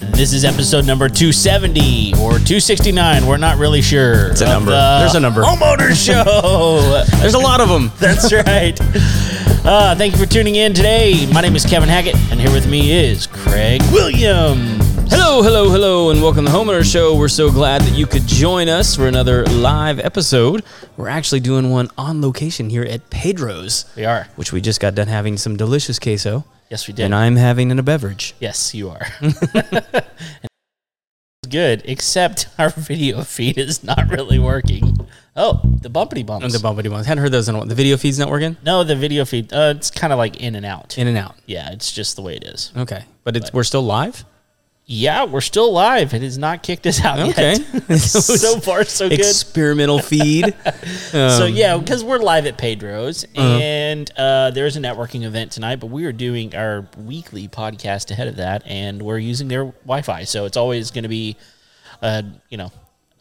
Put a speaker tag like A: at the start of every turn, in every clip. A: This is episode number 270 or 269. We're not really sure. It's
B: a number. There's a number.
A: Homeowner show.
B: There's a lot of them.
A: That's right. Uh, thank you for tuning in today. My name is Kevin Hackett, and here with me is Craig Williams.
B: Hello, hello, hello, and welcome to the Homeowner Show. We're so glad that you could join us for another live episode. We're actually doing one on location here at Pedro's,
A: We are.
B: which we just got done having some delicious queso,
A: Yes, we did.
B: and I'm having in a beverage.
A: yes, you are. Good, except our video feed is not really working. Oh, the bumpity bumps.
B: And the bumpity ones. Hadn't heard those in a while. The video feed's not working?
A: no, the video feed. Uh, it's kind of like in and out.
B: In and out.
A: yeah, it's just the way it is.
B: Okay. But it's we're still live?
A: Yeah, we're still live. It has not kicked us out
B: Okay.
A: yet. so far, so good.
B: Experimental feed.
A: so
B: um,
A: yeah, because we're live at Pedro's,
B: Uh-huh.
A: and uh, there is a networking event tonight. But we are doing our weekly podcast ahead of that, and we're using their Wi-Fi, so it's always going to be, uh, you know,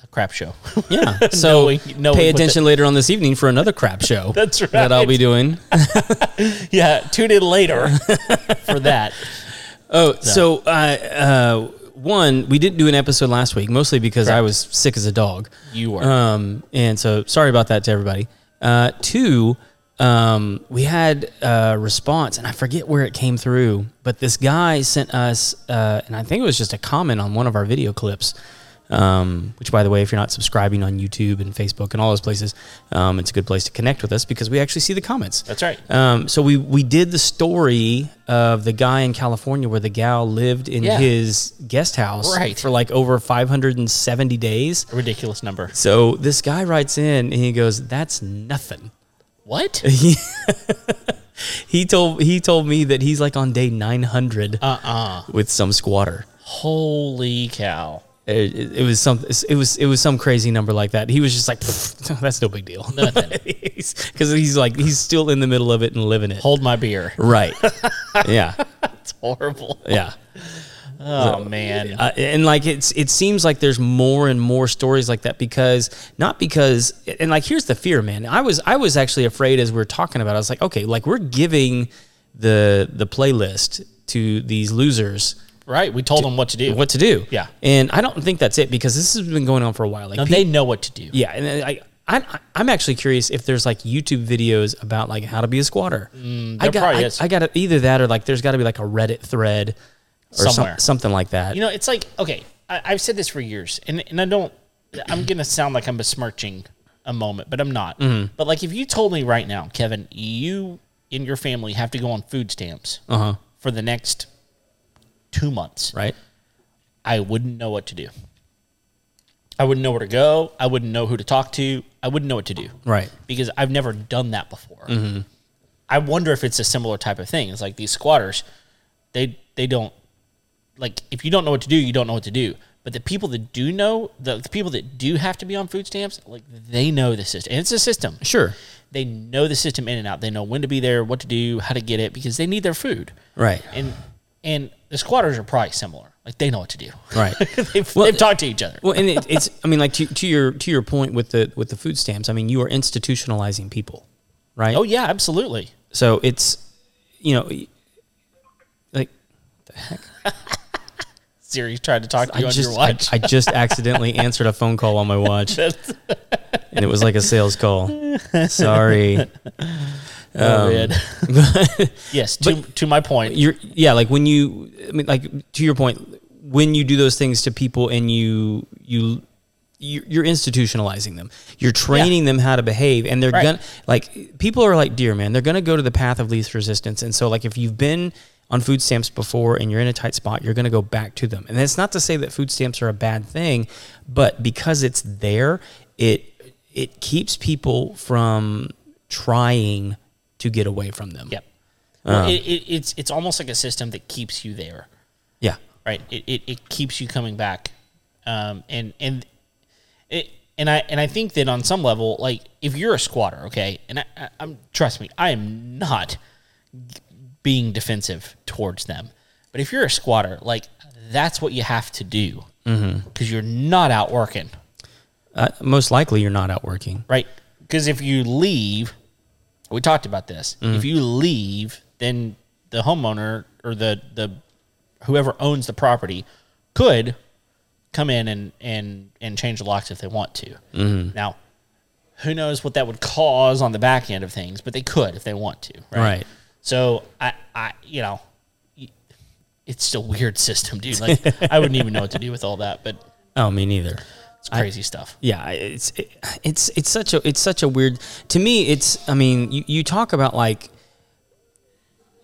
A: a crap show.
B: Yeah. So
A: Knowing- knowing
B: pay
A: what the-
B: attention later on this evening for another crap show.
A: That's
B: That I'll be
A: right.
B: doing.
A: yeah, tune in later for that.
B: Oh, so uh, uh, one, we didn't do an episode last week, mostly because I was sick as a dog.
A: You were.
B: Um, and so sorry about that to everybody. Uh, two, um, we had a response, and I forget where it came through, but this guy sent us, uh, and I think it was just a comment on one of our video clips. Um, which, by the way, if you're not subscribing on YouTube and Facebook and all those places, um, it's a good place to connect with us because we actually see the comments.
A: That's right.
B: Um, so we we did the story of the guy in California where the gal lived in
A: Yeah.
B: his guest house
A: Right.
B: for like over 570 days.
A: A ridiculous number.
B: So this guy writes in and he goes, "That's nothing."
A: What?
B: He told he told me that he's like on day 900
A: Uh-uh.
B: with some squatter.
A: Holy cow.
B: It, it- it was some it was it was some crazy number like that. He was just like, "Pfft, "That's no big deal,"
A: Nothing.
B: because he's like he's still in the middle of it and living it.
A: Hold my beer.
B: Right? yeah,
A: It's horrible.
B: yeah.
A: Oh man.
B: uh, and like it's it seems like there's more and more stories like that because not because and like here's the fear man i was i was actually afraid as we were talking about it, i was like okay like we're giving the the playlist to these losers
A: Right. We told them what to do.
B: what to do
A: Yeah.
B: and i don't think that's it because this has been going on for a while like
A: No,
B: pe-
A: they know what to do.
B: yeah and i I, I'm actually curious if there's like YouTube videos about like how to be a squatter. I
A: Mm, there
B: got,
A: probably
B: I,
A: is.
B: I got either that or like there's got to be like a Reddit thread or some-
A: Somewhere.
B: something like that.
A: You know, it's like okay, I, I've said this for years, and and I don't. I'm gonna sound like I'm besmirching a moment, but I'm not.
B: Mm-hmm.
A: But like, if you told me right now, Kevin, you and your family have to go on food stamps
B: uh-huh.
A: for the next two months,
B: Right.
A: I wouldn't know what to do. I wouldn't know where to go. I wouldn't know who to talk to. I wouldn't know what to do.
B: Right. Mm-hmm.
A: Because I've never done that before. I wonder if it's a similar type of thing. It's like these squatters, they they don't like if you don't know what to do, you don't know what to do. But the people that do know, the, the people that do have to be on food stamps, like they know the system. And it's a system.
B: Sure.
A: They know the system in and out. They know when to be there, what to do, how to get it, because they need their food.
B: Right.
A: And and the squatters are probably similar. Like they know what to do.
B: Right.
A: they've,
B: Well,
A: they've talked to each other.
B: Well, and it, it's I mean, like to, to your to your point with the with the food stamps. I mean, you are institutionalizing people, right?
A: oh yeah, absolutely.
B: So it's you know, like
A: Siri tried to talk to
B: I
A: you on
B: just
A: your
B: I,
A: watch.
B: I just accidentally answered a phone call on my watch, and it was like a sales call. Sorry. um,
A: Oh, man. yes, to, to my point.
B: you're yeah like when you i mean like to your point when you do those things to people and you you you- you're institutionalizing them you're training them how to behave and they're
A: Right.
B: gonna like people are like deer man they're gonna go to the path of least resistance and so like if you've been on food stamps before and you're in a tight spot you're gonna go back to them and that's not to say that food stamps are a bad thing but because it's there it it keeps people from trying to get away from them
A: Yep.
B: Uh.
A: Well, it, it, it's it's almost like a system that keeps you there,
B: yeah
A: right? It, it, it keeps you coming back, um, and and it and I and I think that on some level, like if you're a squatter, okay, and I, I, I'm trust me, I am not being defensive towards them, but if you're a squatter, like that's what you have to do because you're not out working.
B: Uh, most likely, you're not out working. Mm-hmm.
A: right? Because if you leave, we talked about this. If you leave, then the homeowner or the the whoever owns the property could come in and and and change the locks if they want to.
B: Mm-hmm.
A: Now, who knows what that would cause on the back end of things, but they could if they want to, right?
B: Right.
A: So I I you know, y- it's still a weird system, dude. Like I wouldn't even know what to do with all that, but
B: Oh, me neither.
A: it's crazy stuff.
B: Yeah, I- it's it, it's it's such a it's such a weird to me. It's I mean, you, you talk about like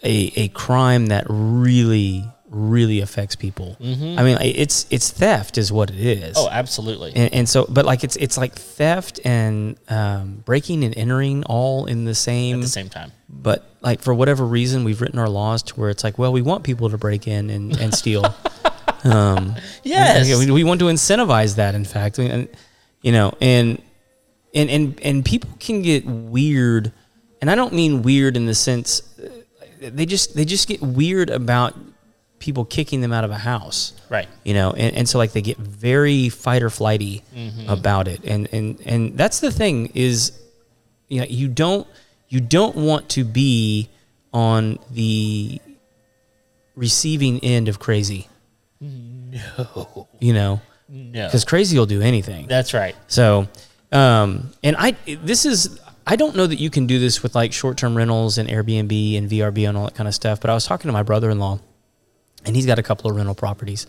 B: a a crime that really really affects people. I mean, I- it's it's theft is what it is.
A: Mm-hmm. Oh, absolutely.
B: and, and so but like it's it's like theft and um, breaking and entering all in the same.
A: At the same time.
B: but like for whatever reason, we've written our laws to where it's like, well, we want people to break in and, and steal.
A: Yes.
B: Yeah, we, we want to incentivize that. In fact, We- and, you know, and and and and people can get weird, and I don't mean weird in the sense uh, they just they just get weird about people kicking them out of a house,
A: Right.
B: You know, and, and so like they get very fight or flighty
A: Mm-hmm.
B: about it, and and and that's the thing is, you know, you don't you don't want to be on the receiving end of crazy
A: No.
B: you know
A: No.
B: because crazy will do anything
A: That's right.
B: so um and i this is i don't know that you can do this with like short-term rentals and airbnb and vrb and all that kind of stuff but i was talking to my brother-in-law and he's got a couple of rental properties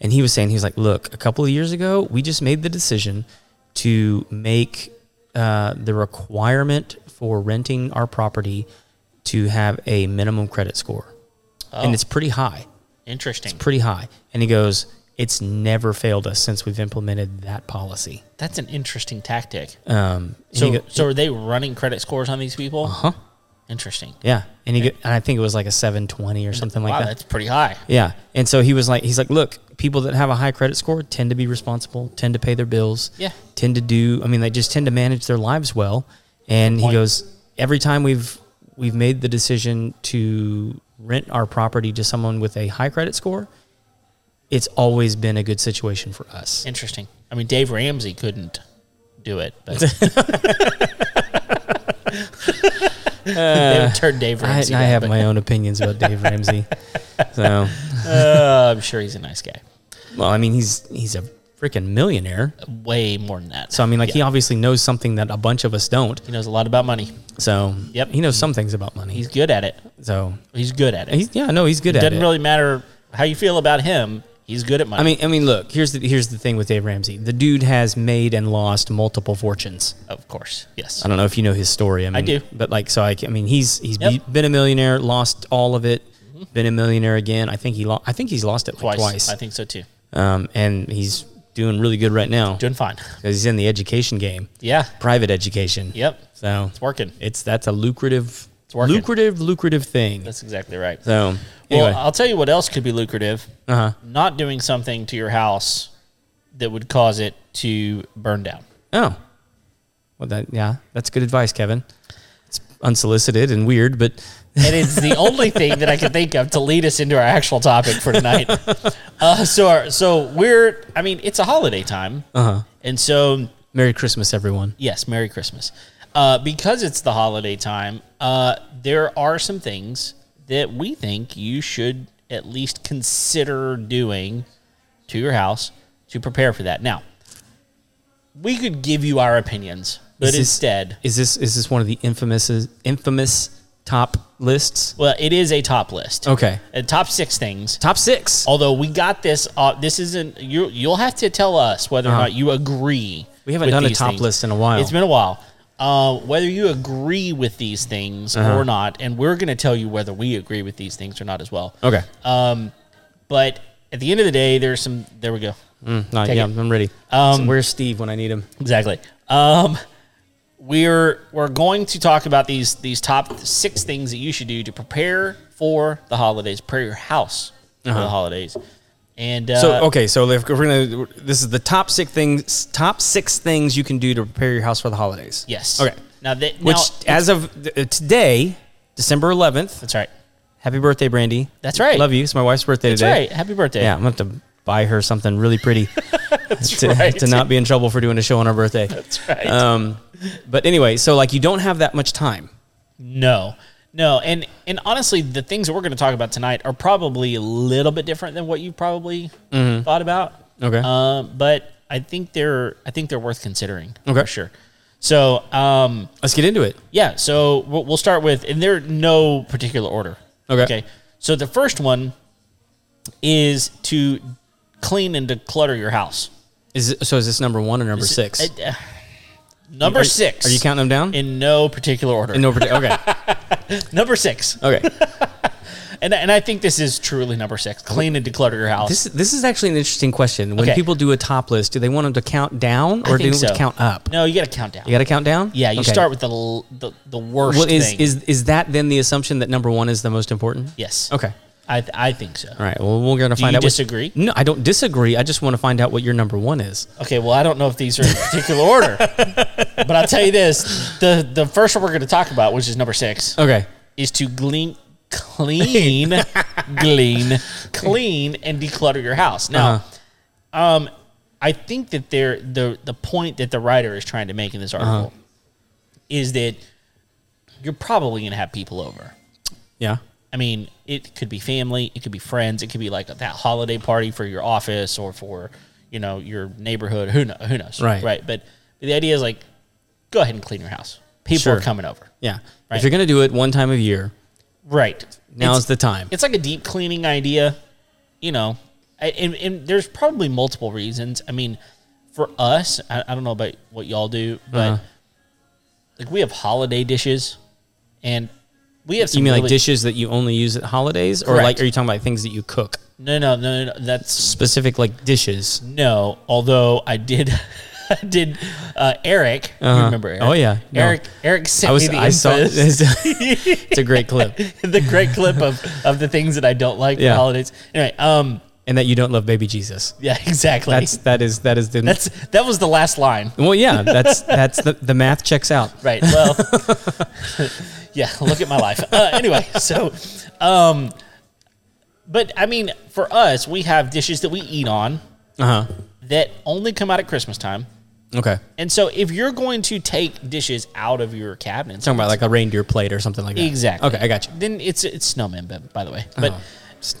B: and he was saying he's like look a couple of years ago we just made the decision to make uh, the requirement for renting our property to have a minimum credit score and it's pretty high
A: Interesting.
B: pretty high. And he goes, It's never failed us since we've implemented that policy.
A: That's an interesting tactic.
B: Um, and Uh-huh.
A: So,
B: he go-
A: so are they running credit scores on these people?
B: huh?
A: Interesting.
B: Yeah. And he go, and I think it was like a 720 or something like
A: wow,
B: that.
A: that's pretty high.
B: Yeah. And so he was like, he's like, look, people that have a high credit score tend to be responsible, tend to pay their bills,
A: Yeah.
B: tend to do, I mean, they just tend to manage their lives well. And he
A: point.
B: goes, every time we've, we've made the decision to rent our property to someone with a high credit score, it's always been a good situation for us.
A: Interesting. I mean, Dave Ramsey couldn't do it, but they would turn Dave
B: I,
A: Ramsey.
B: I
A: down,
B: have
A: but,
B: my own opinions about Dave Ramsey. So,
A: uh, I'm sure he's a nice guy.
B: well, I mean, he's he's a freaking millionaire.
A: Way more than that.
B: So, I mean, like he obviously knows something that a bunch of us don't.
A: he knows a lot about money.
B: So,
A: Yep.
B: he knows some things about money.
A: He's good at it.
B: so,
A: He's good at it.
B: he's yeah, no, he's good
A: it
B: at
A: doesn't
B: it.
A: really matter how you feel about him. He's good at money.
B: I mean, I mean, look, here's the here's the thing with Dave Ramsey. The dude has made and lost multiple fortunes.
A: of course. Yes.
B: I don't know if you know his story. I, mean,
A: do.
B: but like, so I, ca- I mean, he's he's
A: Yep. Mm-hmm.
B: be- been a millionaire, lost all of it, been a millionaire again. I think he lost. I think he's lost it like
A: Twice.
B: twice.
A: I think so too.
B: um, and he's doing really good right now
A: Doing fine.
B: because he's in the education game,
A: Yeah.
B: private education.
A: Yep.
B: So
A: It's working.
B: it's that's a lucrative,
A: It's working.
B: lucrative, lucrative thing.
A: That's exactly right.
B: so
A: Well, uh,
B: anyway,
A: I'll tell you what else could be lucrative.
B: uh huh.
A: Not doing something to your house that would cause it to burn down.
B: Oh, well that yeah, that's good advice, Kevin. It's unsolicited and weird, but
A: It is the only thing that I can think of to lead us into our actual topic for tonight. Uh, so, our, so we're. I mean, it's a holiday time,
B: uh huh.
A: and so
B: Merry Christmas, everyone.
A: yes, Merry Christmas. Uh, because it's the holiday time, uh, there are some things that we think you should at least consider doing to your house to prepare for that. Now, we could give you our opinions, but
B: Is this-
A: instead,
B: Is this is this one of the infamous infamous top lists?
A: well, it is a top list.
B: Okay,
A: Uh, top six things.
B: top six.
A: Although we got this, uh, this isn't you. You'll have to tell us whether or not you agree.
B: Uh-huh. We haven't
A: with
B: done a
A: these
B: top
A: things.
B: list in a while.
A: It's been a while. Uh, whether you agree with these things
B: Uh-huh.
A: or not, and we're going to tell you whether we agree with these things or not as well.
B: okay,
A: But at the end of the day, there's some. There we go.
B: Mm, no,
A: take
B: yeah,
A: it.
B: I'm ready. Um, where's Steve when I need him?
A: Exactly. Um, we're we're going to talk about these these top six things that you should do to prepare for the holidays, prepare your house for the holidays, and uh,
B: Uh-huh. So okay, so if we're gonna, this is the top six things, top six things you can do to prepare your house for the holidays.
A: yes.
B: Okay.
A: Now that
B: Which,
A: now,
B: as of uh, today, December 11th,
A: that's right.
B: happy birthday, Brandy.
A: That's right.
B: Love you. It's my wife's birthday
A: That's
B: today.
A: right. Happy birthday.
B: Yeah, I'm gonna have to buy her something really pretty to,
A: right.
B: to not Uh, be in trouble for doing a show on her birthday.
A: That's right.
B: Um, but anyway, so like you don't have that much time.
A: no. No, and and honestly, the things that we're going to talk about tonight are probably a little bit different than what you probably thought about.
B: Mm-hmm. Okay.
A: Um, but I think they're I think they're worth considering.
B: Okay.
A: for sure. So, um,
B: Let's get into it.
A: yeah, so we'll, we'll start with, and they're no particular order.
B: Okay.
A: Okay. So the first one is to clean and declutter your house.
B: Is it, so? Is this number one or number six?
A: Uh, uh, number
B: Are-
A: six.
B: Are you counting them down?
A: in no particular order?
B: In over. Okay.
A: number six.
B: Okay.
A: And, and I think this is truly number six. Clean and declutter your house.
B: This this is actually an interesting question. When
A: Okay.
B: people do a top list, do they want them to count down or do they
A: think
B: want them
A: so.
B: to count up?
A: no, you got to count down.
B: You got to count down.
A: yeah, you
B: Okay.
A: start with the l- the, the worst
B: Well, is
A: thing.
B: is is that then the assumption that number one is the most important?
A: yes.
B: Okay.
A: I th- I think so.
B: All right. Well, we're gonna find
A: you
B: out. what-
A: disagree?
B: no, I don't disagree. I just want to find out what your number one is.
A: Okay. Well, I don't know if these are in particular order, but I'll tell you this: the the first one we're going to talk about, which is number six,
B: Okay.
A: is to glean, clean, glean, clean, and declutter your house.
B: Uh-huh.
A: Now, um, I think that there the the point that the writer is trying to make in this
B: Uh-huh.
A: article is that you're probably going to have people over.
B: Yeah.
A: I mean, it could be family, it could be friends, it could be like that holiday party for your office or for you know your neighborhood. Who know, who knows?
B: Right.
A: right. But the idea is like, go ahead and clean your house. People
B: Sure.
A: are coming over.
B: Yeah.
A: Right.
B: If you're gonna do it one time a year,
A: Right.
B: now's
A: it's,
B: the time.
A: it's like a deep cleaning idea, you know. I, and, and there's probably multiple reasons. I mean, for us, I, I don't know about what y'all do, but
B: Uh-huh.
A: like we have holiday dishes, and we have some
B: You mean like
A: really-
B: dishes that you only use at holidays, or
A: Correct.
B: like are you talking about things that you cook?
A: No, no, no, no, no. That's
B: Specific like dishes.
A: No, although I did, I did. Uh, Eric, you
B: Uh-huh.
A: remember? Eric.
B: Oh, yeah. No.
A: Eric. Eric sent
B: I was.
A: me the
B: I saw.
A: info-
B: it's a great clip,
A: the great clip of of the things that I don't like
B: Yeah.
A: for holidays. Anyway, um,
B: and that you don't love baby Jesus.
A: yeah, exactly.
B: That's that is that is the
A: that's that was the last line,
B: well yeah that's that's the, the math checks out
A: right? Well, yeah. Look at my life. Uh, anyway, so, um, but I mean, for us, we have dishes that we eat on
B: uh huh
A: that only come out at Christmas time.
B: okay
A: And so, if you're going to take dishes out of your cabinets,
B: talking about like a reindeer plate or something like that
A: Exactly.
B: okay I got you
A: Then it's it's snowman, but- by the way. But
B: Oh.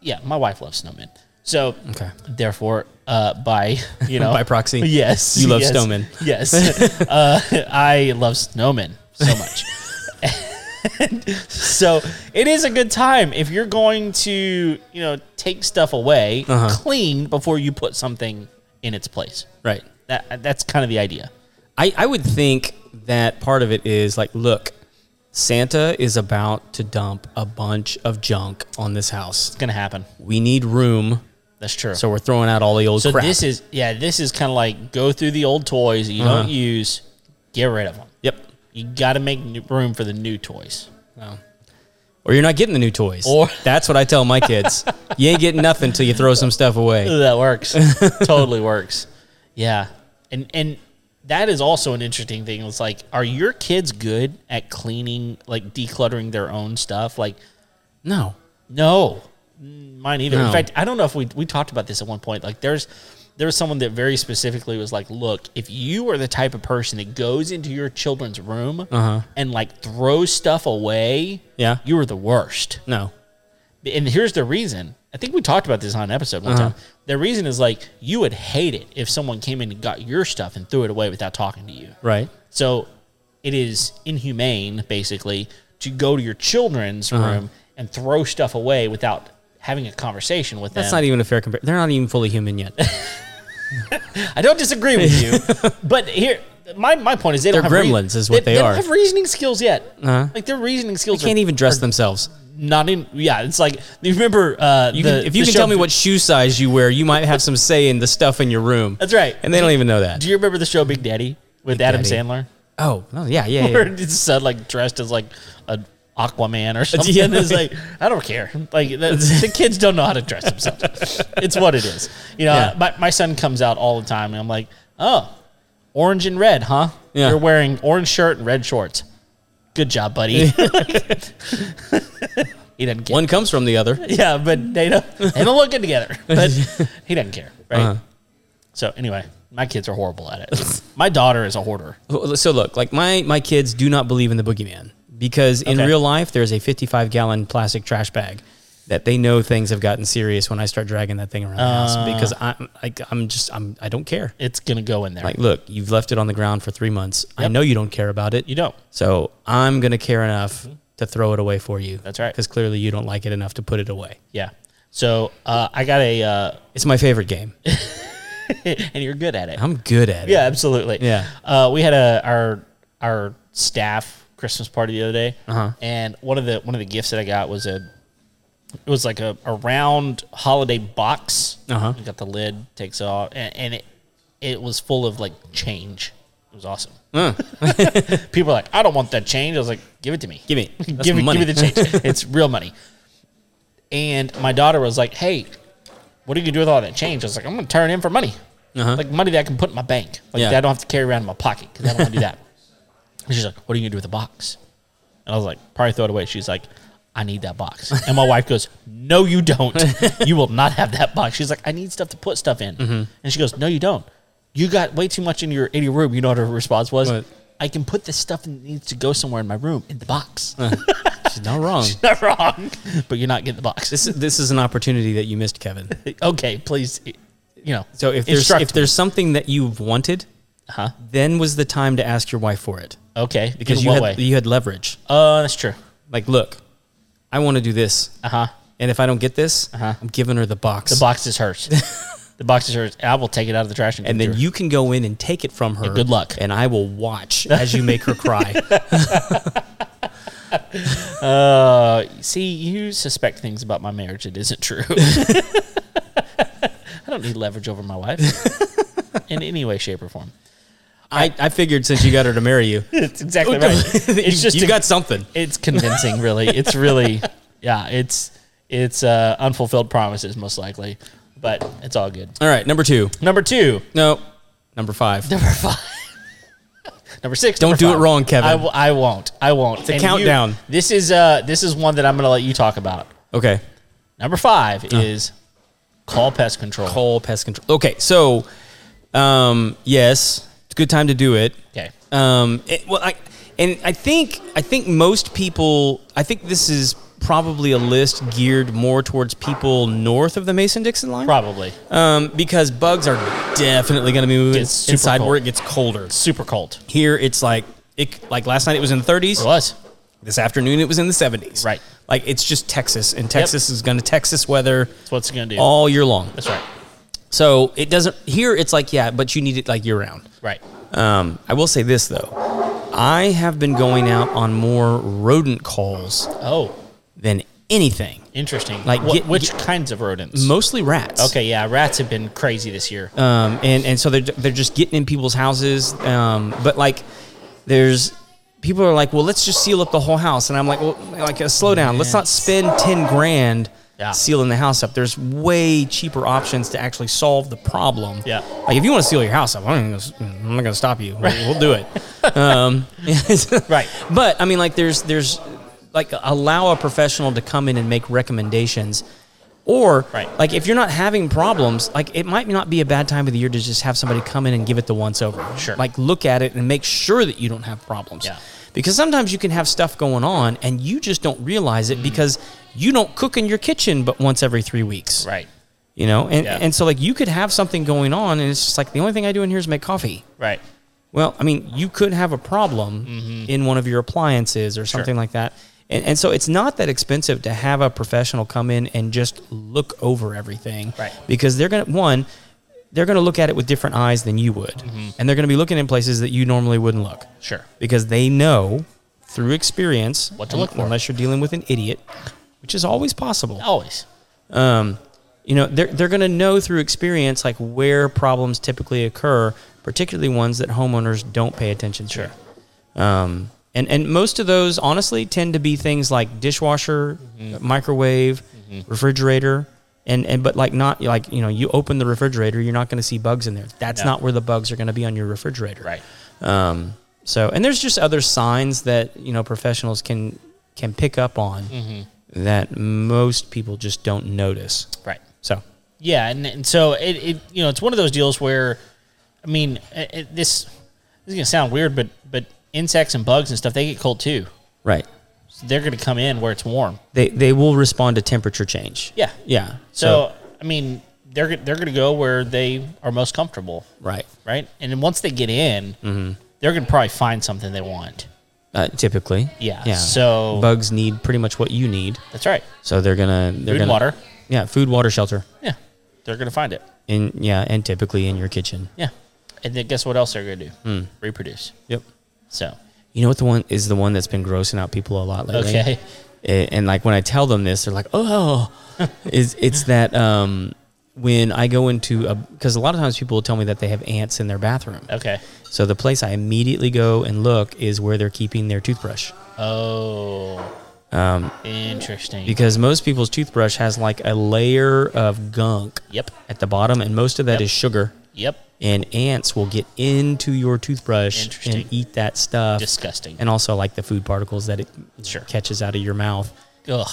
A: yeah, my wife loves snowmen. So
B: Okay.
A: therefore, uh, by you know
B: By proxy,
A: yes,
B: you love
A: yes,
B: snowmen.
A: Yes, uh, I love snowmen so much. so it is a good time if you're going to you know take stuff away,
B: Uh-huh.
A: clean before you put something in its place.
B: right
A: That that's kind of the idea.
B: I I would think that part of it is like look Santa is about to dump a bunch of junk on this house
A: It's gonna happen.
B: we need room
A: That's true.
B: so we're throwing out all the old
A: So
B: crap
A: this is yeah, this is kind of like go through the old toys that you
B: Uh-huh.
A: don't use, get rid of them.
B: yep
A: You got to make new room for the new toys.
B: or you're not getting the new toys
A: Or-
B: that's what I tell my kids you ain't getting nothing until you throw some stuff away
A: Ooh, that works. totally works. Yeah, and and that is also an interesting thing. It's like, are your kids good at cleaning, like decluttering their own stuff? Like,
B: no
A: no, Mm, mine either.
B: No.
A: In fact, I don't know if we we talked about this at one point. Like, there's there was someone that very specifically was like, look, if you are the type of person that goes into your children's room and like throws stuff away,
B: Uh-huh. Yeah.
A: you are the worst.
B: no
A: and here's the reason. I think we talked about this on an episode one time.
B: Uh-huh.
A: The reason is like you would hate it if someone came in and got your stuff and threw it away without talking to you.
B: right
A: So it is inhumane, basically, to go to your children's
B: Uh-huh.
A: room and throw stuff away without having a conversation with
B: That's
A: them.
B: not even a fair comparison. They're not even fully human yet. e-
A: I don't disagree with you, but here. My, my point is they don't
B: They're
A: have
B: gremlins is what they
A: don't
B: are. Uh-huh.
A: have reasoning skills yet. Like their reasoning skills
B: Can't
A: are
B: even dress themselves.
A: not in. Yeah, it's like you remember. Uh,
B: You
A: the-
B: can, if you
A: the
B: can
A: show-
B: tell me what shoe size you wear, you might have some say in the stuff in your room.
A: That's right.
B: And they don't even know that.
A: Do you remember the show Big Daddy with Adam
B: Daddy.
A: Sandler?
B: Oh, no, yeah, yeah,
A: Where
B: yeah.
A: it's said like dressed as like a Aquaman or something.
B: Yeah.
A: It's like I don't care. Like the, the kids don't know how to dress themselves. it's what it is. You know,
B: Yeah.
A: my, my son comes out all the time and I'm like, oh, orange and red, huh?
B: Yeah.
A: You're wearing orange shirt and red shorts. Good job, buddy. he doesn't care.
B: One comes from the other.
A: Yeah, but they don't they don't look good together. But he doesn't care, right?
B: Uh-huh.
A: So anyway, my kids are horrible at it. my daughter is a hoarder.
B: So look, like my my kids do not believe in the boogeyman. because in
A: Okay.
B: real life there's a 55 gallon plastic trash bag that they know things have gotten serious when I start dragging that thing around the
A: Uh.
B: house because I'm like I'm just I'm I don't care.
A: It's gonna go in there.
B: Like, look, you've left it on the ground for three months. I know you don't care about it.
A: you don't. Mm-hmm.
B: So I'm gonna care enough to throw it away for you.
A: That's right.
B: Because clearly you don't like it enough to put it away.
A: Yeah. So uh, I got a, uh,
B: It's my favorite game.
A: and you're good at it.
B: I'm good at it.
A: Yeah, absolutely.
B: Yeah.
A: Uh, we had a our our staff Christmas party the other day,
B: Uh-huh.
A: and one of the one of the gifts that I got was a it was like a, a round holiday box.
B: Uh-huh.
A: You got the lid, takes it off, and, and it it was full of like change. It was awesome. People are like, I don't want that change. I was like, give it to me.
B: Give me. That's
A: give me
B: money.
A: give me the change. it's real money. And my daughter was like, Hey, what are you gonna do with all that change? I was like, I'm gonna turn in for money, like money that I can put in my bank, like
B: Uh-huh. Yeah.
A: that I don't have to carry around in my pocket because I don't want to do that. And she's like, What are you gonna do with the box? And I was like, Probably throw it away. She's like, I need that box. And my wife goes, No, you don't. You will not have that box. She's like, I need stuff to put stuff in.
B: Mm-hmm.
A: And she goes, No, you don't. You got way too much in your in your room. You know what her response was?
B: What?
A: I can put this stuff that needs to go somewhere in my room in the box.
B: Uh-huh. She's not wrong.
A: not wrong, but you're not getting the box.
B: This this is an opportunity that you missed, Kevin.
A: Okay, please, you know.
B: So if there's
A: instruct
B: if there's something that you've wanted,
A: me. huh?
B: then was the time to ask your wife for it
A: Okay,
B: because
A: in
B: you
A: what
B: had
A: way?
B: you had leverage.
A: Uh, that's true.
B: Like, look, I want to do this,
A: Uh huh.
B: and if I don't get this,
A: Uh-huh.
B: I'm giving her the box.
A: The box is hers. the box is hers. I will take it out of the trash and,
B: and
A: give it
B: then
A: to her.
B: you can go in and take it from her.
A: good luck.
B: And I will watch as you make her cry.
A: Uh, see, you suspect things about my marriage that isn't true. I don't need leverage over my wife in any way, shape, or form.
B: I, I figured since you got her to marry you,
A: It's exactly right.
B: you,
A: It's just
B: you
A: a-
B: got something.
A: it's convincing really it's really yeah it's it's uh unfulfilled promises most likely but it's all good
B: All right, number two.
A: number two
B: No, number five.
A: number five number six
B: Don't
A: number
B: do it
A: five.
B: wrong, Kevin.
A: I, w- I won't i won't it's
B: a countdown.
A: this is uh this is one that i'm gonna let you talk about
B: Okay.
A: number five
B: Oh.
A: is call pest control
B: Coal pest control. Okay, so um, yes, it's a good time to do it.
A: okay
B: Um, it- well, I and I think I think most people. I think this is probably a list geared more towards people north of the Mason-Dixon line,
A: probably
B: um, because bugs are definitely going to be moving
A: Gets super
B: inside
A: cold.
B: where it gets colder.
A: super cold
B: Here, it's like it like last night it was in the 30s.
A: it was
B: This afternoon it was in the 70s.
A: Right.
B: Like it's just Texas, and Texas is going to Texas weather
A: that's what's gonna do
B: all year long.
A: that's right
B: So it doesn't here. It's like yeah, but you need it like year round.
A: right
B: Um, I will say this though, I have been going out on more rodent calls
A: oh
B: than anything,
A: interesting
B: Like,
A: like
B: get-
A: which kinds of rodents
B: mostly rats.
A: okay yeah rats have been crazy this year
B: Um, and and so they're they're just getting in people's houses. Um, but like, there's people are like, well, let's just seal up the whole house, and I'm like, well, like uh, slow down. Let's not spend ten grand.
A: Yeah.
B: Sealing the house up. There's way cheaper options to actually solve the problem.
A: Yeah.
B: Like if you want to seal your house up, I'm, not gonna, I'm not going to stop you. We'll, we'll do it. um,
A: Right.
B: But I mean, like, there's there's like allow a professional to come in and make recommendations, or
A: Right.
B: like if you're not having problems, like it might not be a bad time of the year to just have somebody come in and give it the once over.
A: Sure.
B: Like look at it and make sure that you don't have problems.
A: Yeah.
B: Because sometimes you can have stuff going on and you just don't realize it because you don't cook in your kitchen but once every three weeks.
A: Right.
B: You know, and
A: Yeah.
B: and so like you could have something going on and it's just like the only thing I do in here is make coffee.
A: Right.
B: Well, I mean, you could have a problem
A: Mm-hmm.
B: in one of your appliances or something like that. And, and so it's not that expensive to have a professional come in and just look over everything.
A: Right.
B: Because they're going to, one, they're going to look at it with different eyes than you would. And they're going to be looking in places that you normally wouldn't look.
A: Mm-hmm. Sure.
B: Because they know through experience
A: What to look for.
B: Unless you're dealing with an idiot, which is always possible
A: Always.
B: um, you know they're, they're going to know through experience like where problems typically occur particularly ones that homeowners don't pay attention to um, and, and most of those honestly tend to be things like dishwasher
A: Mm-hmm.
B: microwave refrigerator and, and but like not like you know you open the refrigerator you're not going to see bugs in there that's
A: No.
B: not where the bugs are going to be on your refrigerator
A: Right.
B: um, so, and there's just other signs that you know professionals can can pick up on
A: Mm-hmm.
B: that most people just don't notice.
A: Right.
B: So,
A: Yeah, and, and so it, it you know it's one of those deals where, I mean, it, it- this this is gonna sound weird, but but insects and bugs and stuff they get cold too.
B: Right.
A: So they're going to come in where it's warm.
B: They they will respond to temperature change.
A: Yeah.
B: Yeah.
A: So, I mean, they're go- they're going to go where they are most comfortable,
B: right.
A: right? And then once they get in, they're going to probably find something they want.
B: Uh, typically.
A: Yeah,
B: Yeah.
A: so-
B: bugs need pretty much what you need.
A: That's right.
B: So they're gonna they're
A: Food,
B: gonna,
A: water.
B: Yeah, food, water, shelter.
A: Yeah, they're going to find it.
B: In yeah, and typically in your kitchen.
A: Yeah, and then guess what else they're going to do? Reproduce.
B: Yep.
A: So
B: You know what the one is the one that's been grossing out people a lot lately.
A: Okay.
B: A- And like when I tell them this, they're like, "Oh, is it's that um when I go into a because a lot of times people will tell me that they have ants in their bathroom.
A: okay.
B: So the place I immediately go and look is where they're keeping their toothbrush
A: Oh, interesting.
B: Um, because most people's toothbrush has like a layer of gunk
A: yep,
B: at the bottom, and most of that is sugar.
A: yep.
B: And ants will get into your toothbrush and
A: Interesting.
B: eat that stuff.
A: Disgusting.
B: And also like the food particles that it
A: Sure.
B: catches out of your mouth.
A: Ugh.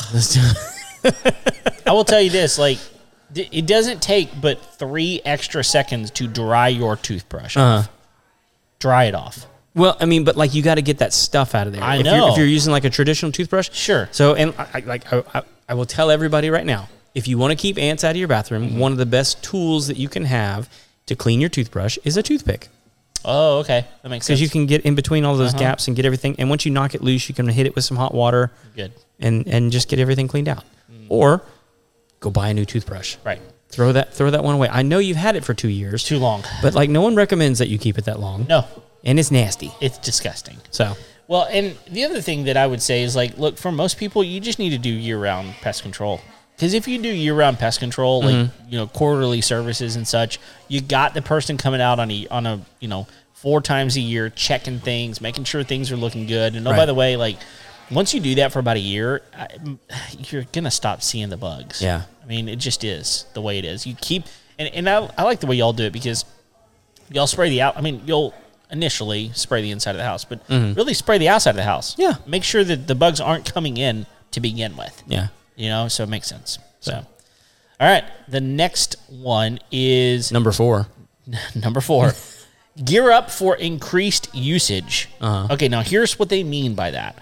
A: I will tell you this: like, d- it doesn't take but three extra seconds to dry your toothbrush.
B: Uh,
A: Dry it off.
B: well, I mean, but like you got to get that stuff out of there.
A: I
B: if You're,
A: know.
B: if you're using like a traditional toothbrush,
A: Sure.
B: So, and I, I- like I, I, I will tell everybody right now, if you want to keep ants out of your bathroom,
A: Mm-hmm.
B: one of the best tools that you can have to clean your toothbrush is a toothpick
A: Oh, okay, that makes sense.
B: because you can get in between all
A: Uh-huh.
B: those gaps and get everything. And once you knock it loose, you can hit it with some hot water
A: Good.
B: and and just get everything cleaned out. Or go buy a new toothbrush.
A: Mm. Right.
B: Throw that throw that one away. I know you've had it for two years,
A: Too long.
B: but like no one recommends that you keep it that long.
A: No,
B: and it's nasty.
A: it's disgusting.
B: So
A: Well, and the other thing that I would say is like, look, for most people, you just need to do year-round pest control. Because if you do year-round pest control, like
B: Mm-hmm.
A: you know quarterly services and such, you got the person coming out on a on a you know four times a year checking things, making sure things are looking good. And oh, by
B: Right.
A: the way, like once you do that for about a year, I, you're gonna stop seeing the bugs.
B: Yeah.
A: I mean, it just is the way it is. You keep and and I, I like the way y'all do it because y'all spray the out. I mean, you'll initially spray the inside of the house, but really spray the outside of the house.
B: Yeah.
A: make sure that the bugs aren't coming in to begin with.
B: yeah,
A: You know, so it makes sense. So, all right, the next one is
B: number four.
A: number four. Gear up for increased usage.
B: Uh-huh.
A: Okay, now here's what they mean by that.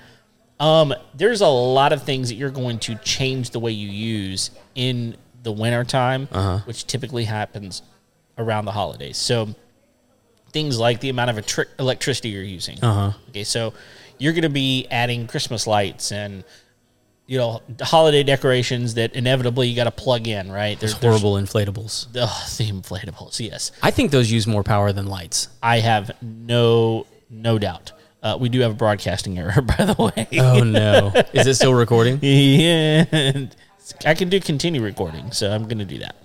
A: Um, there's a lot of things that you're going to change the way you use in the wintertime,
B: Uh-huh.
A: uh which typically happens around the holidays. So things like the amount of electric- electricity you're using.
B: Uh-huh.
A: Okay, so you're going to be adding Christmas lights and you know holiday decorations that inevitably you got to plug in, right? There's, there's
B: Horrible inflatables.
A: oh, the inflatables. Yes.
B: I think those use more power than lights.
A: I have no no doubt. Uh, we do have a broadcasting error, by the way.
B: Oh no! Is it still recording?
A: yeah, I can do continue recording, so I'm going to do that.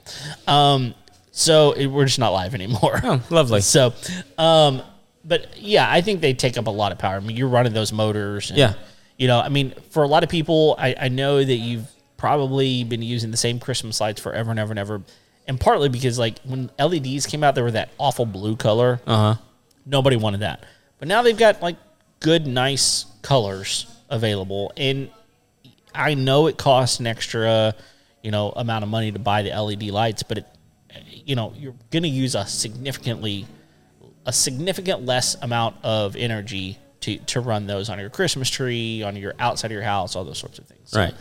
A: Um, so it, we're just not live anymore.
B: Oh, lovely.
A: So, um, but yeah, I think they take up a lot of power. I mean, you're running those motors. And,
B: Yeah.
A: You know, I mean, for a lot of people, I, I know that you've probably been using the same Christmas lights forever and ever and ever. And partly because, like, when LEDs came out, they were that awful blue color.
B: Uh huh.
A: Nobody wanted that. But now they've got like good, nice colors available. And I know it costs an extra, you know, amount of money to buy the LED lights, but it, you know, you're going to use a significantly, a significant less amount of energy to, to run those on your Christmas tree, on your outside of your house, all those sorts of things. So,
B: Right.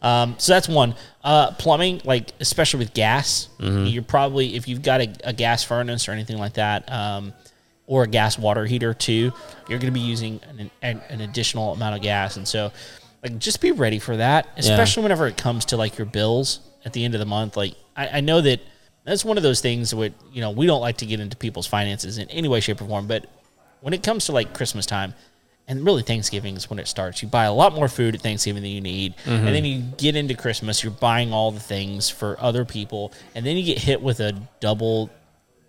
A: um, so that's one. Uh, plumbing, like especially with gas, you're probably if you've got a, a gas furnace or anything like that, um, or a gas water heater too, you're going to be using an, an, an additional amount of gas, and so like just be ready for that, especially whenever it comes to like your bills at the end of the month. Like I, I know that that's one of those things where you know we don't like to get into people's finances in any way, shape, or form, but when it comes to like Christmas time, and really Thanksgiving is when it starts. You buy a lot more food at Thanksgiving than you need, and
B: Mm-hmm.
A: then you get into Christmas. You're buying all the things for other people, and then you get hit with a double.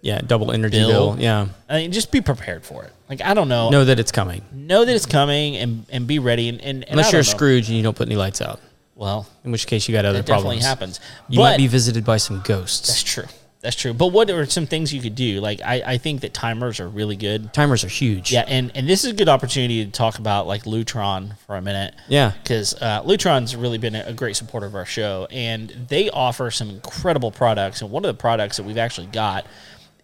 B: Yeah. Double energy
A: Bill.
B: bill. Yeah.
A: I mean, just be prepared for it. Like I don't know,
B: Know that it's coming.
A: know that it's coming, and and be ready. And, and, and I
B: Unless you're
A: don't know.
B: Scrooge and you don't put any lights out,
A: well,
B: in which case you got other
A: it
B: problems.
A: definitely happens.
B: You
A: but
B: might be visited by some ghosts.
A: that's true. That's true. But what are some things you could do? Like I, I think that timers are really good.
B: Timers are huge.
A: Yeah, and and this is a good opportunity to talk about like Lutron for a minute.
B: Yeah.
A: because uh, Lutron's really been a a great supporter of our show, and they offer some incredible products. And one of the products that we've actually got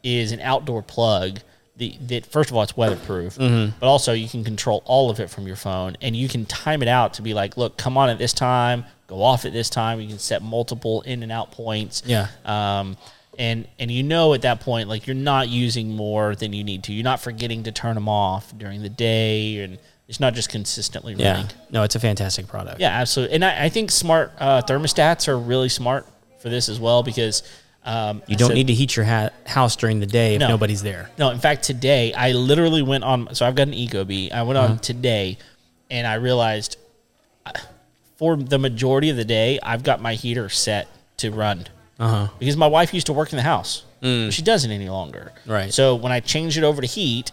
A: is an outdoor plug the, that first of all it's weatherproof,
B: Mm-hmm.
A: but also you can control all of it from your phone, and you can time it out to be like, look, come on at this time, go off at this time. You can set multiple in and out points.
B: Yeah.
A: Um, and and you know at that point like you're not using more than you need to. You're not forgetting to turn them off during the day, and it's not just consistently running.
B: Yeah. No, it's a fantastic product.
A: Yeah, absolutely. And I, I think smart uh, thermostats are really smart for this as well because um,
B: You don't need to heat your ha- house during the day if
A: No.
B: nobody's there.
A: No, in fact, today I literally went on. So I've got an Ecobee. I went on today, and I realized uh, for the majority of the day I've got my heater set to run
B: Uh huh.
A: because my wife used to work in the house. She doesn't any longer.
B: Right.
A: So when I changed it over to heat,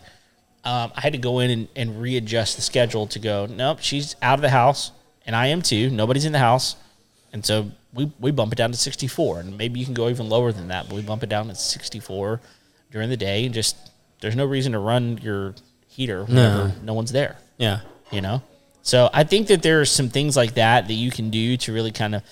A: um, I had to go in and, and readjust the schedule to go. Nope, she's out of the house, and I am too. Nobody's in the house, and so we we bump it down to sixty four, and maybe you can go even lower than that, but we bump it down to sixty four during the day, and just there's no reason to run your heater whenever no, one's there.
B: Yeah.
A: You know. So I think that there are some things like that that you can do to really kind of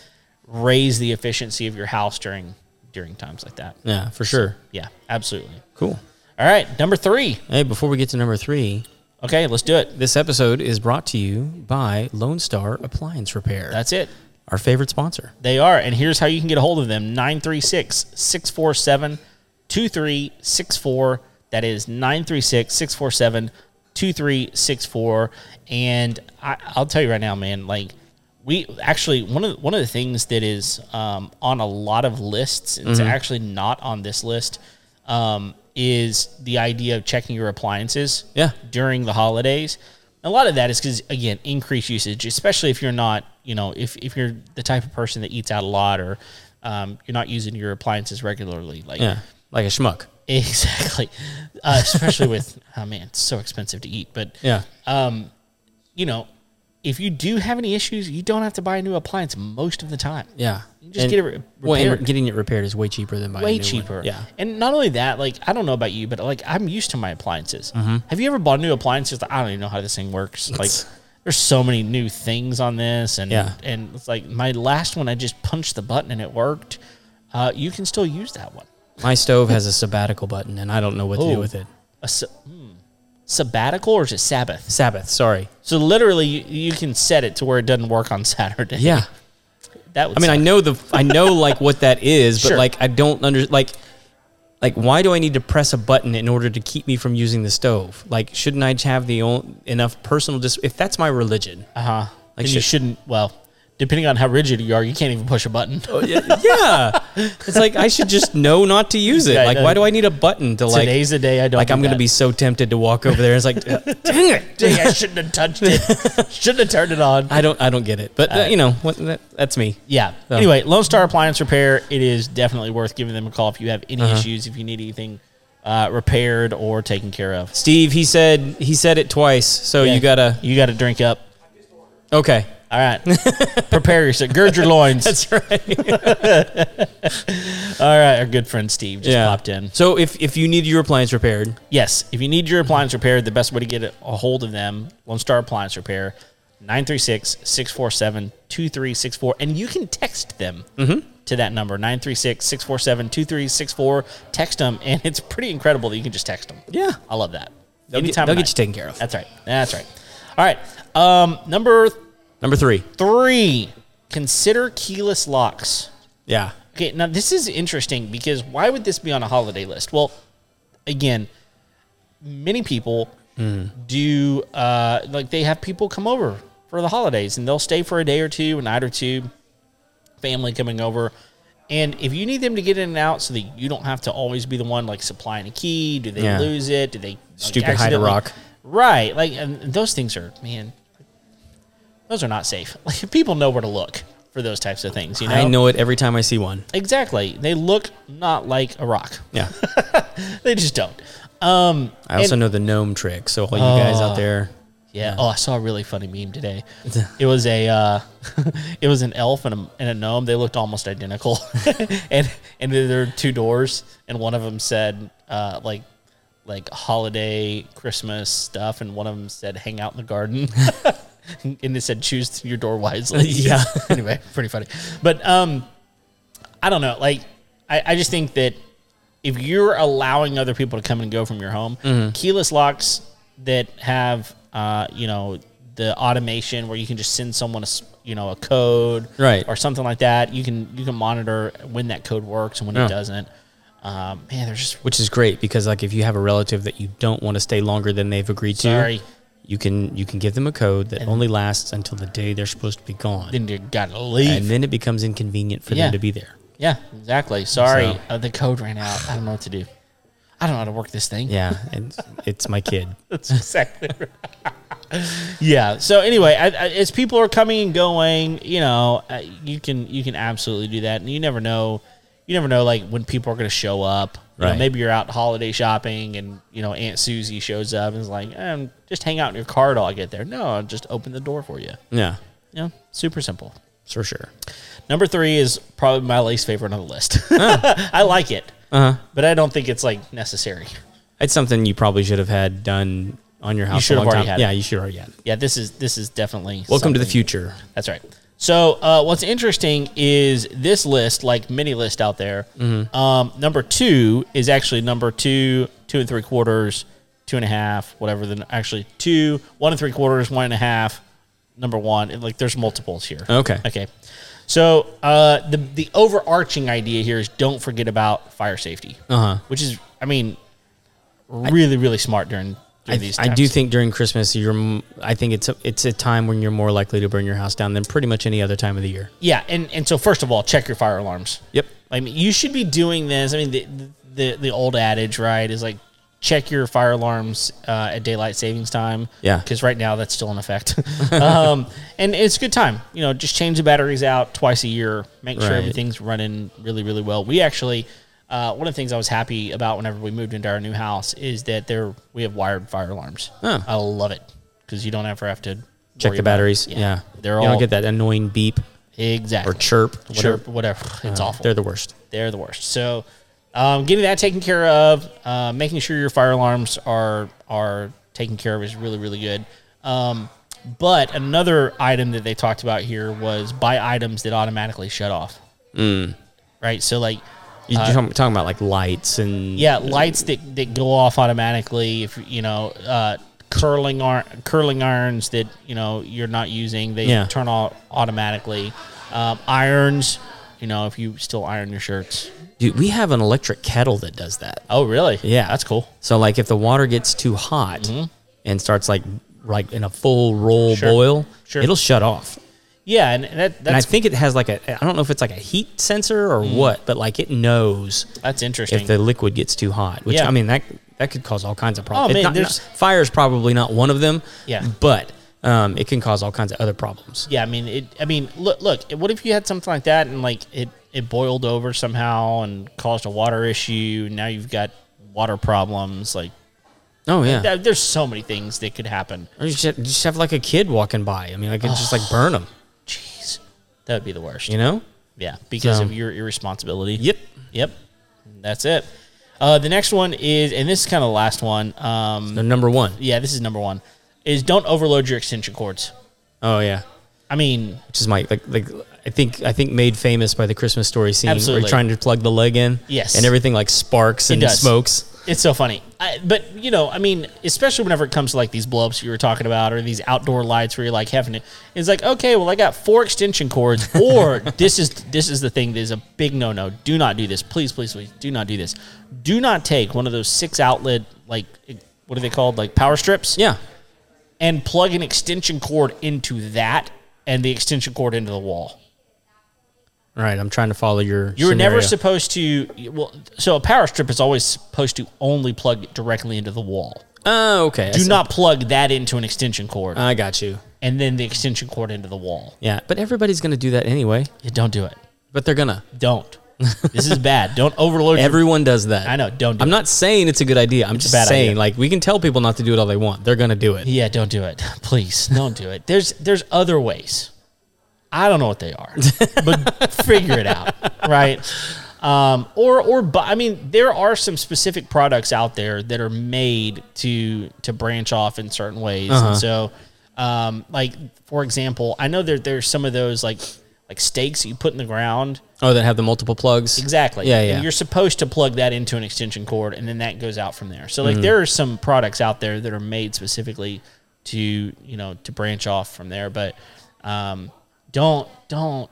A: raise the efficiency of your house during during times like that.
B: Yeah, for sure.
A: Yeah, absolutely.
B: Cool.
A: All right, number three.
B: Hey, before we get to number three,
A: Okay, let's do it.
B: this episode is brought to you by Lone Star Appliance Repair,
A: That's it.
B: our favorite sponsor.
A: They are. And here's how you can get a hold of them 936 647 2364. That is 936 647 2364. And I, I'll tell you right now, man, like, we actually one of the, one of the things that is um, on a lot of lists it's actually not on this list um, is the idea of checking your appliances
B: Yeah.
A: during the holidays. A lot of that is because again, increased usage, especially if you're not, you know, if if you're the type of person that eats out a lot or um, you're not using your appliances regularly, like
B: Yeah. Like a schmuck.
A: exactly, uh, especially with oh man, it's so expensive to eat. But
B: Yeah.
A: you know, if you do have any issues, you don't have to buy a new appliance most of the time.
B: Yeah.
A: You just get it re-
B: well, and
A: repaired.
B: getting it repaired is way cheaper than buying a
A: way
B: new one.
A: cheaper.
B: Yeah.
A: And not only that, like I don't know about you, but like I'm used to my appliances.
B: Mm-hmm.
A: Have you ever bought new appliances? that, I don't even know how this thing works. Like there's so many new things on this, and
B: Yeah.
A: and it's like my last one, I just punched the button and it worked. Uh, you can still use that one.
B: My stove has a sabbatical button, and I don't know what to
A: Ooh.
B: do with it.
A: A sa- hmm. sabbatical or is it Sabbath?
B: Sabbath. Sorry.
A: So literally, you, you can set it to where it doesn't work on Saturday.
B: Yeah.
A: that would
B: I mean, I know the I know like what that is, but
A: Sure.
B: like I don't under like like why do I need to press a button in order to keep me from using the stove? Like, shouldn't I have the own, enough personal dis? If that's my religion,
A: uh huh.
B: Like,
A: Like you
B: should-
A: shouldn't. Well, depending on how rigid you are, you can't even push a button.
B: yeah, it's like I should just know not to use it.
A: Yeah, I
B: like,
A: know.
B: why do I need a button to like?
A: Today's the day I don't.
B: like
A: do
B: I'm gonna
A: that.
B: be so tempted to walk over there. It's like, "Uh, dang it,
A: Dang, I shouldn't have touched it. shouldn't have turned it on.
B: I don't I don't get it. But uh, you know, what, that, that's me.
A: Yeah.
B: So-
A: Anyway, Lone Star Appliance Repair. It is definitely worth giving them a call if you have any issues, if you need anything uh, repaired or taken care of.
B: Steve, he said he said it twice, so
A: Yeah.
B: you gotta
A: You got to drink up.
B: okay.
A: All right. Prepare yourself. Gird your loins.
B: That's right.
A: All right. Our good friend Steve just popped in.
B: So if if you need your appliance repaired,
A: Yes. If you need your appliance repaired, the best way to get a a hold of them, Lone Star Appliance Repair, 936 647 2364. And you can text them
B: Mm-hmm.
A: to that number, 936 647 2364. Text them. And it's pretty incredible that you can just text them.
B: Yeah.
A: I love that.
B: they'll, get,
A: Anytime
B: they'll
A: of
B: get
A: night.
B: you taken care of.
A: That's right. That's right. All right. Um, number
B: Number three.
A: three, consider keyless locks.
B: Yeah.
A: Okay, now this is interesting because why would this be on a holiday list? Well, again, many people do uh, like they have people come over for the holidays and they'll stay for a day or two, a night or two, family coming over. And if you need them to get in and out so that you don't have to always be the one like supplying a key, do they
B: Yeah.
A: lose it? Do they like,
B: Stupid hide a
A: accidentally-
B: rock.
A: Right. Like and those things are man those are not safe. Like people know where to look for those types of things, you know.
B: I know it every time I see one.
A: Exactly. They look not like a rock.
B: Yeah.
A: They just don't. Um,
B: I also
A: and- Oh.
B: know the gnome trick. So all you guys out there,
A: yeah. Oh, I saw a really funny meme today. It was a, uh, it was an elf and a, and a gnome. They looked almost identical, and and there there were two doors, and one of them said uh, like like holiday Christmas stuff, and one of them said hang out in the garden. And it said, "Choose your door wisely."
B: Yeah.
A: anyway, pretty funny, but um, I don't know. Like, I, I just think that if you're allowing other people to come and go from your home,
B: Mm-hmm.
A: keyless locks that have uh, you know the automation where you can just send someone a s- you know a code
B: Right.
A: or something like that. You can you can monitor when that code works and when
B: Yeah.
A: it doesn't. Um, man, there's just
B: which is great because like if you have a relative that you don't want to stay longer than they've agreed
A: Sorry.
B: to, you can you can give them a code that only lasts until the day they're supposed to be gone,
A: then you gotta leave.
B: and then it becomes inconvenient for
A: Yeah.
B: them to be there.
A: yeah, exactly. Sorry,
B: So-
A: uh, the code ran out. I don't know what to do. I don't know how to work this thing.
B: Yeah, and it's my kid.
A: That's exactly right. yeah. So anyway, I, I, as people are coming and going, you know, uh, you can you can absolutely do that, and you never know, you never know like when people are going to show up. You know,
B: Right.
A: maybe you're out holiday shopping, and you know Aunt Susie shows up and is like, um, "Just hang out in your car till I get there." No, I'll just open the door for you.
B: Yeah,
A: You know, super simple.
B: for sure.
A: Number three is probably my least favorite on the list. I like it,
B: Uh-huh.
A: but I don't think it's like necessary.
B: It's something you probably should have had done on your house.
A: should
B: a
A: have
B: long
A: already
B: time.
A: had it.
B: Yeah, you should have already had. It.
A: Yeah, this is this is definitely
B: Welcome to the
A: something-
B: future.
A: That's right. So uh, what's interesting is this list, like many lists out there,
B: Mm-hmm.
A: um, number two is actually number two, two and three quarters, two and a half, whatever. Then actually two, one and three quarters, one and a half, number one. And, like there's multiples here.
B: Okay.
A: Okay. So uh, the the overarching idea here is don't forget about fire safety,
B: Uh-huh.
A: which is I mean, really really smart during during
B: I,
A: these.
B: I
A: Times.
B: do think during Christmas, you're. m- I think it's a, it's a time when you're more likely to burn your house down than pretty much any other time of the year.
A: yeah, and and so first of all, check your fire alarms.
B: Yep.
A: I mean, you should be doing this. I mean, the the, the old adage, right, is like check your fire alarms uh, at daylight savings time.
B: Yeah.
A: because right now that's still in effect. um, and it's a good time. You know, just change the batteries out twice a year. Make sure
B: Right.
A: everything's running really, really well. We actually. Uh, one of the things I was happy about whenever we moved into our new house is that there we have wired fire alarms.
B: Huh.
A: I love it because you don't ever have to
B: Check
A: worry about
B: the
A: it.
B: batteries. Yeah.
A: they're
B: you
A: all
B: don't get that annoying beep
A: exactly
B: or chirp. whatever. Uh,
A: chirp, whatever. It's awful.
B: They're the worst.
A: They're the worst. So, um, getting that taken care of, uh, making sure your fire alarms are are taken care of is really really good. Um, but another item that they talked about here was buy items that automatically shut off. Mm. Right. So like.
B: You're talking talking about like lights
A: Uh,
B: and
A: Yeah, lights that, that go off automatically. If you know uh, curling ar- curling irons that you know you're not using, they
B: Yeah.
A: turn off automatically. Um, irons, you know, if you still iron your shirts.
B: Dude, we have an electric kettle that does that.
A: Oh, really?
B: Yeah,
A: that's cool. Mm-hmm.
B: So like if the water gets too hot and starts like like in a full roll
A: Sure.
B: boil,
A: Sure.
B: it'll shut off.
A: Yeah, and that
B: and I
A: that's Mm-hmm.
B: think it has like a I don't know if it's like a heat sensor or what, but like it knows
A: that's interesting.
B: if the liquid gets too hot. Which
A: Yeah.
B: I mean that that could cause all kinds of problems.
A: Oh, man,
B: It's not-
A: there's-
B: not- fire is probably not one of them.
A: Yeah.
B: but um, it can cause all kinds of other problems.
A: yeah, I mean, it. I mean, look, look. What if you had something like that and like it it boiled over somehow and caused a water issue? And now you've got water problems. Like,
B: Oh yeah.
A: th- there's so many things that could happen.
B: Or you just, you just have like a kid walking by. I mean, like it just
A: Oh.
B: like burn them.
A: Jeez, that would be the worst.
B: You know?
A: Yeah, because
B: So-
A: of your irresponsibility.
B: Yep.
A: Yep. That's it. Uh, the next one is, and this is kind of the last one. Um,
B: The number one.
A: yeah, this is number one. Is don't overload your extension cords.
B: Oh yeah.
A: I mean,
B: Which is my like like I think I think made famous by the Christmas story scene where
A: Absolutely.
B: you're trying to plug the leg in.
A: Yes.
B: And everything like sparks and
A: does.
B: smokes.
A: It's so funny. I, but, you know, I mean, especially whenever it comes to like these blow ups you were talking about or these outdoor lights where you're like having it. It's like, okay, well, I got four extension cords, or this is this is the thing that is a big no no. Do not do this. Please, please, please do not do this. Do not take one of those six outlet, like, what are they called? Like power strips?
B: Yeah.
A: And plug an extension cord into that and the extension cord into the wall.
B: All right. I'm trying to follow your.
A: You were never
B: scenario.
A: supposed to, well, so a power strip is always supposed to only plug directly into the wall.
B: Oh, okay. I
A: Do
B: see.
A: not plug that into an extension cord
B: I got you.
A: and then the extension cord into the wall.
B: Yeah, but everybody's gonna do that anyway.
A: Yeah, don't do it.
B: But they're gonna.
A: Don't. this is bad. Don't overload your-
B: Everyone does that.
A: I know. Don't do
B: I'm
A: it.
B: not saying it's a good idea. I'm just
A: bad
B: saying
A: idea.
B: like we can tell people not to do it all they want. They're gonna do it.
A: yeah, don't do it. Please, don't do it. There's there's other ways. I don't know what they are, but figure it out, right? Um, or or bu- I mean, there are some specific products out there that are made to to branch off in certain ways. And so, um, like for example, I know there there's some of those like like stakes that you put in the ground.
B: Oh, that have the multiple plugs.
A: Exactly.
B: Yeah,
A: And
B: yeah.
A: you're supposed to plug that into an extension cord, and then that goes out from there. So like
B: Mm-hmm.
A: there are some products out there that are made specifically to you know to branch off from there, but um, don't don't.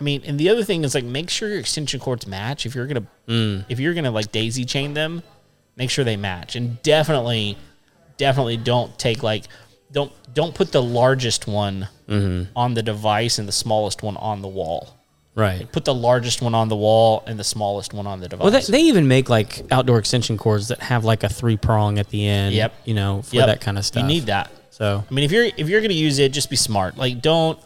A: I mean, and the other thing is like make sure your extension cords match. If you're gonna
B: Mm.
A: if you're gonna like daisy chain them, make sure they match, and definitely definitely don't take like don't don't put the largest one
B: Mm-hmm.
A: on the device and the smallest one on the wall
B: Right.
A: put the largest one on the wall and the smallest one on the device.
B: Well, they, they even make like outdoor extension cords that have like a three prong at the end.
A: Yep.
B: You know, for
A: Yep.
B: that kind of stuff.
A: You need that.
B: So,
A: I mean, if you're if you're going to use it, just be smart. Like, don't.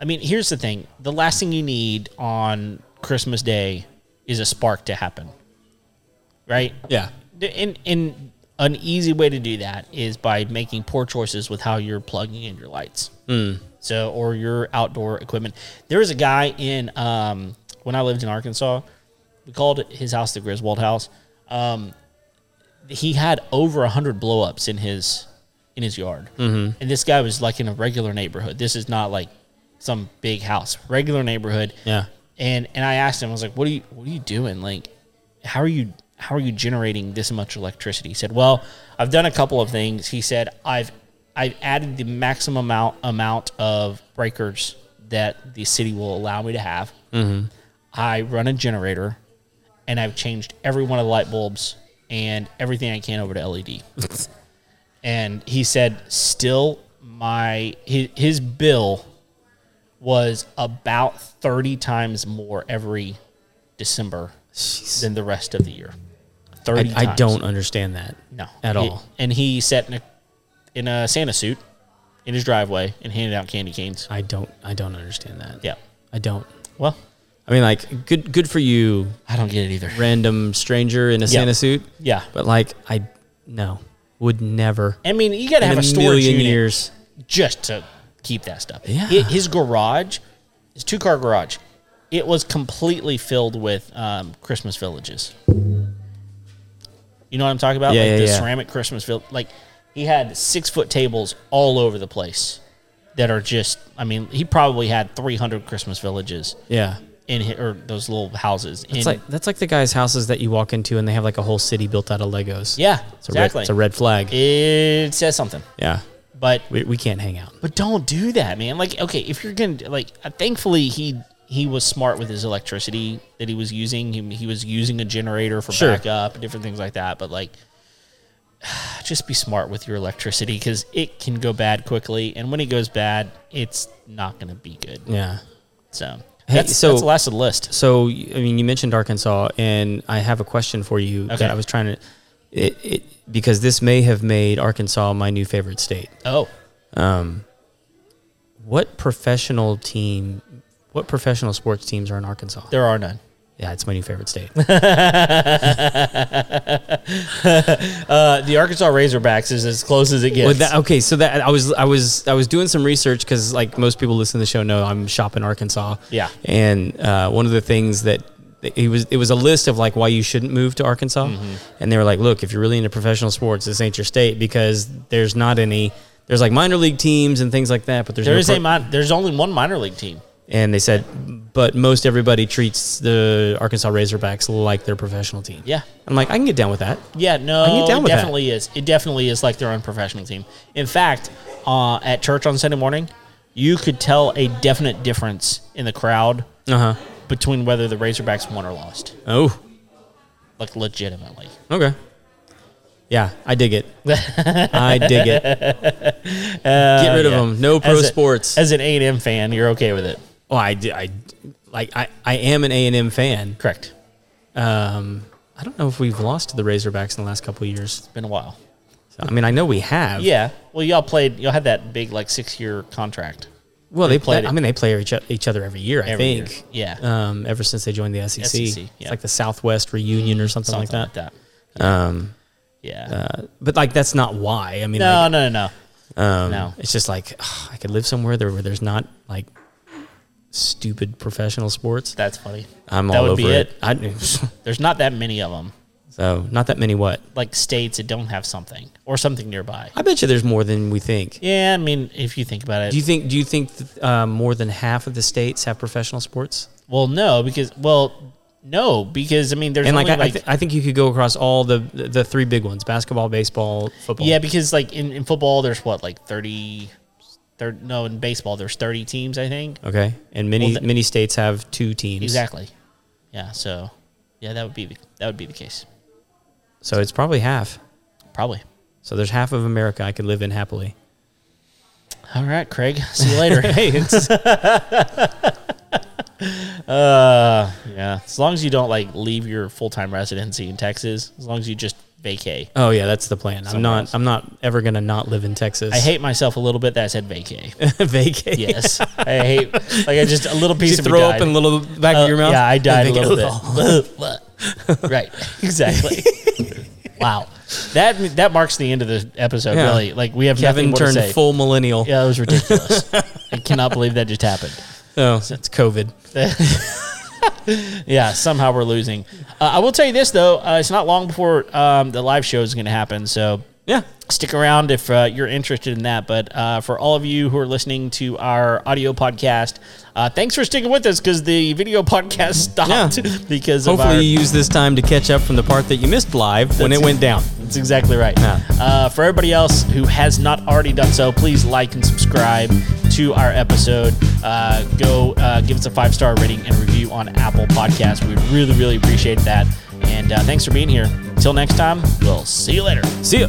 A: I mean, here's the thing: the last thing you need on Christmas Day is a spark to happen, right?
B: yeah.
A: D- And and an easy way to do that is by making poor choices with how you're plugging in your lights. So or your outdoor equipment. There was a guy in um, when I lived in Arkansas. We called his house the Griswold House. Um, he had over hundred blow ups in his in his yard, mm-hmm. and this guy was like in a regular neighborhood. This is not like some big house, regular neighborhood
B: Yeah.
A: and and I asked him, I was like, "What are you What are you doing? Like, how are you How are you generating this much electricity?" He said, "Well, I've done a couple of things." He said, "I've I've added the maximum amount amount of breakers that the city will allow me to have. I run a generator, and I've changed every one of the light bulbs and everything I can over to E LED." and he said, "Still, my his, his bill." was about 30 times more every December than the rest of the year. 30
B: I, I
A: times.
B: don't understand that.
A: No.
B: At
A: He-
B: all.
A: And he sat in a, in a Santa suit in his driveway and handed out candy canes.
B: I don't. I don't understand that.
A: Yeah.
B: I don't.
A: Well,
B: I mean, like, good. Good for you,
A: I don't get it either.
B: random stranger in a Santa suit.
A: Yeah.
B: But like, I no would never.
A: I mean, you got to
B: in
A: have
B: a
A: a storage
B: million
A: unit
B: years.
A: just to keep that stuff.
B: Yeah.
A: Hi- His garage, his two car garage, it was completely filled with um, Christmas villages. You know what I'm talking about?
B: Yeah,
A: like
B: yeah,
A: the
B: yeah.
A: ceramic Christmas village. Like he had six foot tables all over the place that are just. I mean, he probably had 300 Christmas villages
B: Yeah.
A: in his, or those little houses. In,
B: It's like that's like the guys' houses that you walk into and they have like a whole city built out of Legos.
A: yeah,
B: It's a
A: exactly.
B: Red, it's a red flag.
A: it says something,
B: yeah.
A: but
B: We, we can't hang out.
A: But don't do that, man. Like, okay, if you're gonna like, uh, thankfully he he was smart with his electricity that he was using. He, he was using a generator for
B: Sure.
A: backup and different things like that. But like, just be smart with your electricity because it can go bad quickly, and when it goes bad, it's not gonna be good.
B: Yeah.
A: So
B: Hey,
A: that's
B: so-
A: that's the last of the list.
B: So y- I mean, you mentioned Arkansas, and I have a question for you
A: Okay.
B: that I was trying to, it, it, because this may have made Arkansas my new favorite state.
A: Oh,
B: What professional team? What professional sports teams are in Arkansas?
A: there are none.
B: Yeah, it's my new favorite state.
A: Uh, the Arkansas Razorbacks is as close as it gets.
B: Well, that, okay, so that I was I was I was doing some research because like most people listen to the show know I'm shopping Arkansas.
A: Yeah.
B: and uh, one of the things that it was it was a list of like why you shouldn't move to Arkansas,
A: Mm-hmm.
B: and they were like, look, if you're really into professional sports, this ain't your state because there's not any. There's like minor league teams and things like that, but there's
A: there
B: no
A: is
B: pro-
A: a min- there's only one minor league team.
B: and they said, but most everybody treats the Arkansas Razorbacks like their professional team.
A: Yeah.
B: I'm like, I can get down with that.
A: Yeah, no,
B: can get down
A: it
B: with that.
A: definitely is. It definitely is like their own professional team. In fact, uh, at church on Sunday morning, you could tell a definite difference in the crowd
B: Uh huh.
A: between whether the Razorbacks won or lost,
B: Oh,
A: like legitimately.
B: Okay. Yeah, I dig it. I dig it. Get rid of
A: Uh, yeah.
B: them. No pro
A: As a-
B: sports.
A: As an A and M fan, you're okay with it,
B: oh, I, di- I like I, I am an A and M fan.
A: correct?
B: Um, I don't know if we've lost to the Razorbacks in the last couple of years.
A: It's been a while.
B: So, I mean, I know we have.
A: Yeah. Well, y'all played. Y'all had that big like six year contract.
B: Well, they play.
A: played it.
B: I mean, they play each, each other every year. I
A: Every year.
B: think.
A: Yeah.
B: Um, ever since they joined the SEC,
A: SEC, yeah.
B: it's like the Southwest reunion or something,
A: Something
B: like
A: like
B: that.
A: that.
B: Um,
A: Yeah.
B: uh, but like that's not why. I mean, like,
A: no, no, no, no.
B: Um,
A: No.
B: It's just like ugh, I could live somewhere there where there's not like stupid professional sports.
A: That's funny.
B: I'm
A: that
B: all
A: would
B: over
A: be
B: it. I,
A: There's not that many of them.
B: So not that many. What?
A: like states that don't have something or something nearby.
B: I bet you there's more than we think.
A: Yeah, I mean, if you think about it,
B: Do you think? Do you think th- uh, more than half of the states have professional sports?
A: well, no, because well, no, because I mean, there's
B: And like,
A: only
B: I,
A: like
B: I, th- I think you could go across all the the three big ones: basketball, baseball, football.
A: yeah, because like in, in football, there's what like 30, 30 no, in baseball, there's thirty teams, I think.
B: Okay. And many
A: Well, th-
B: many states have two teams.
A: Exactly. Yeah. So, yeah, that would be the, that would be the case,
B: So it's probably half.
A: probably.
B: So there's half of America I could live in happily.
A: All right, Craig. See you later.
B: Hey, it's,
A: uh, yeah. As long as you don't like leave your full time residency in Texas, as long as you just vacay.
B: oh yeah, that's the plan. I'm
A: Somewhere
B: not.
A: else.
B: I'm not ever gonna not live in Texas.
A: I hate myself a little bit that I said vacay.
B: vacate.
A: Yes, I hate like I just a little
B: Did
A: piece
B: you
A: of me
B: throw up
A: died.
B: in the little back
A: Uh,
B: of your mouth?
A: Yeah, I died a
B: think-
A: little bit. right, exactly. wow, that that marks the end of the episode.
B: Yeah.
A: Really, like we have nothing
B: Kevin
A: more to
B: turned
A: say.
B: full millennial.
A: Yeah, that was ridiculous. I cannot believe that just happened.
B: Oh, it's COVID.
A: Yeah, somehow we're losing. Uh, I will tell you this though, uh, it's not long before um, the live show is going to happen. So
B: Yeah.
A: stick around if uh, you're interested in that. But uh, for all of you who are listening to our audio podcast, uh, thanks for sticking with us because the video podcast stopped
B: Yeah.
A: because of
B: Hopefully
A: our.
B: you use this time to catch up from the part that you missed live when it
A: That's-
B: went down.
A: That's exactly right.
B: Yeah.
A: Uh, for everybody else who has not already done so, please like and subscribe to our episode. Uh, go uh, give us a five star rating and review on Apple Podcasts. We would really, really appreciate that. And uh, thanks for being here. Till next time, we'll see you later.
B: See ya.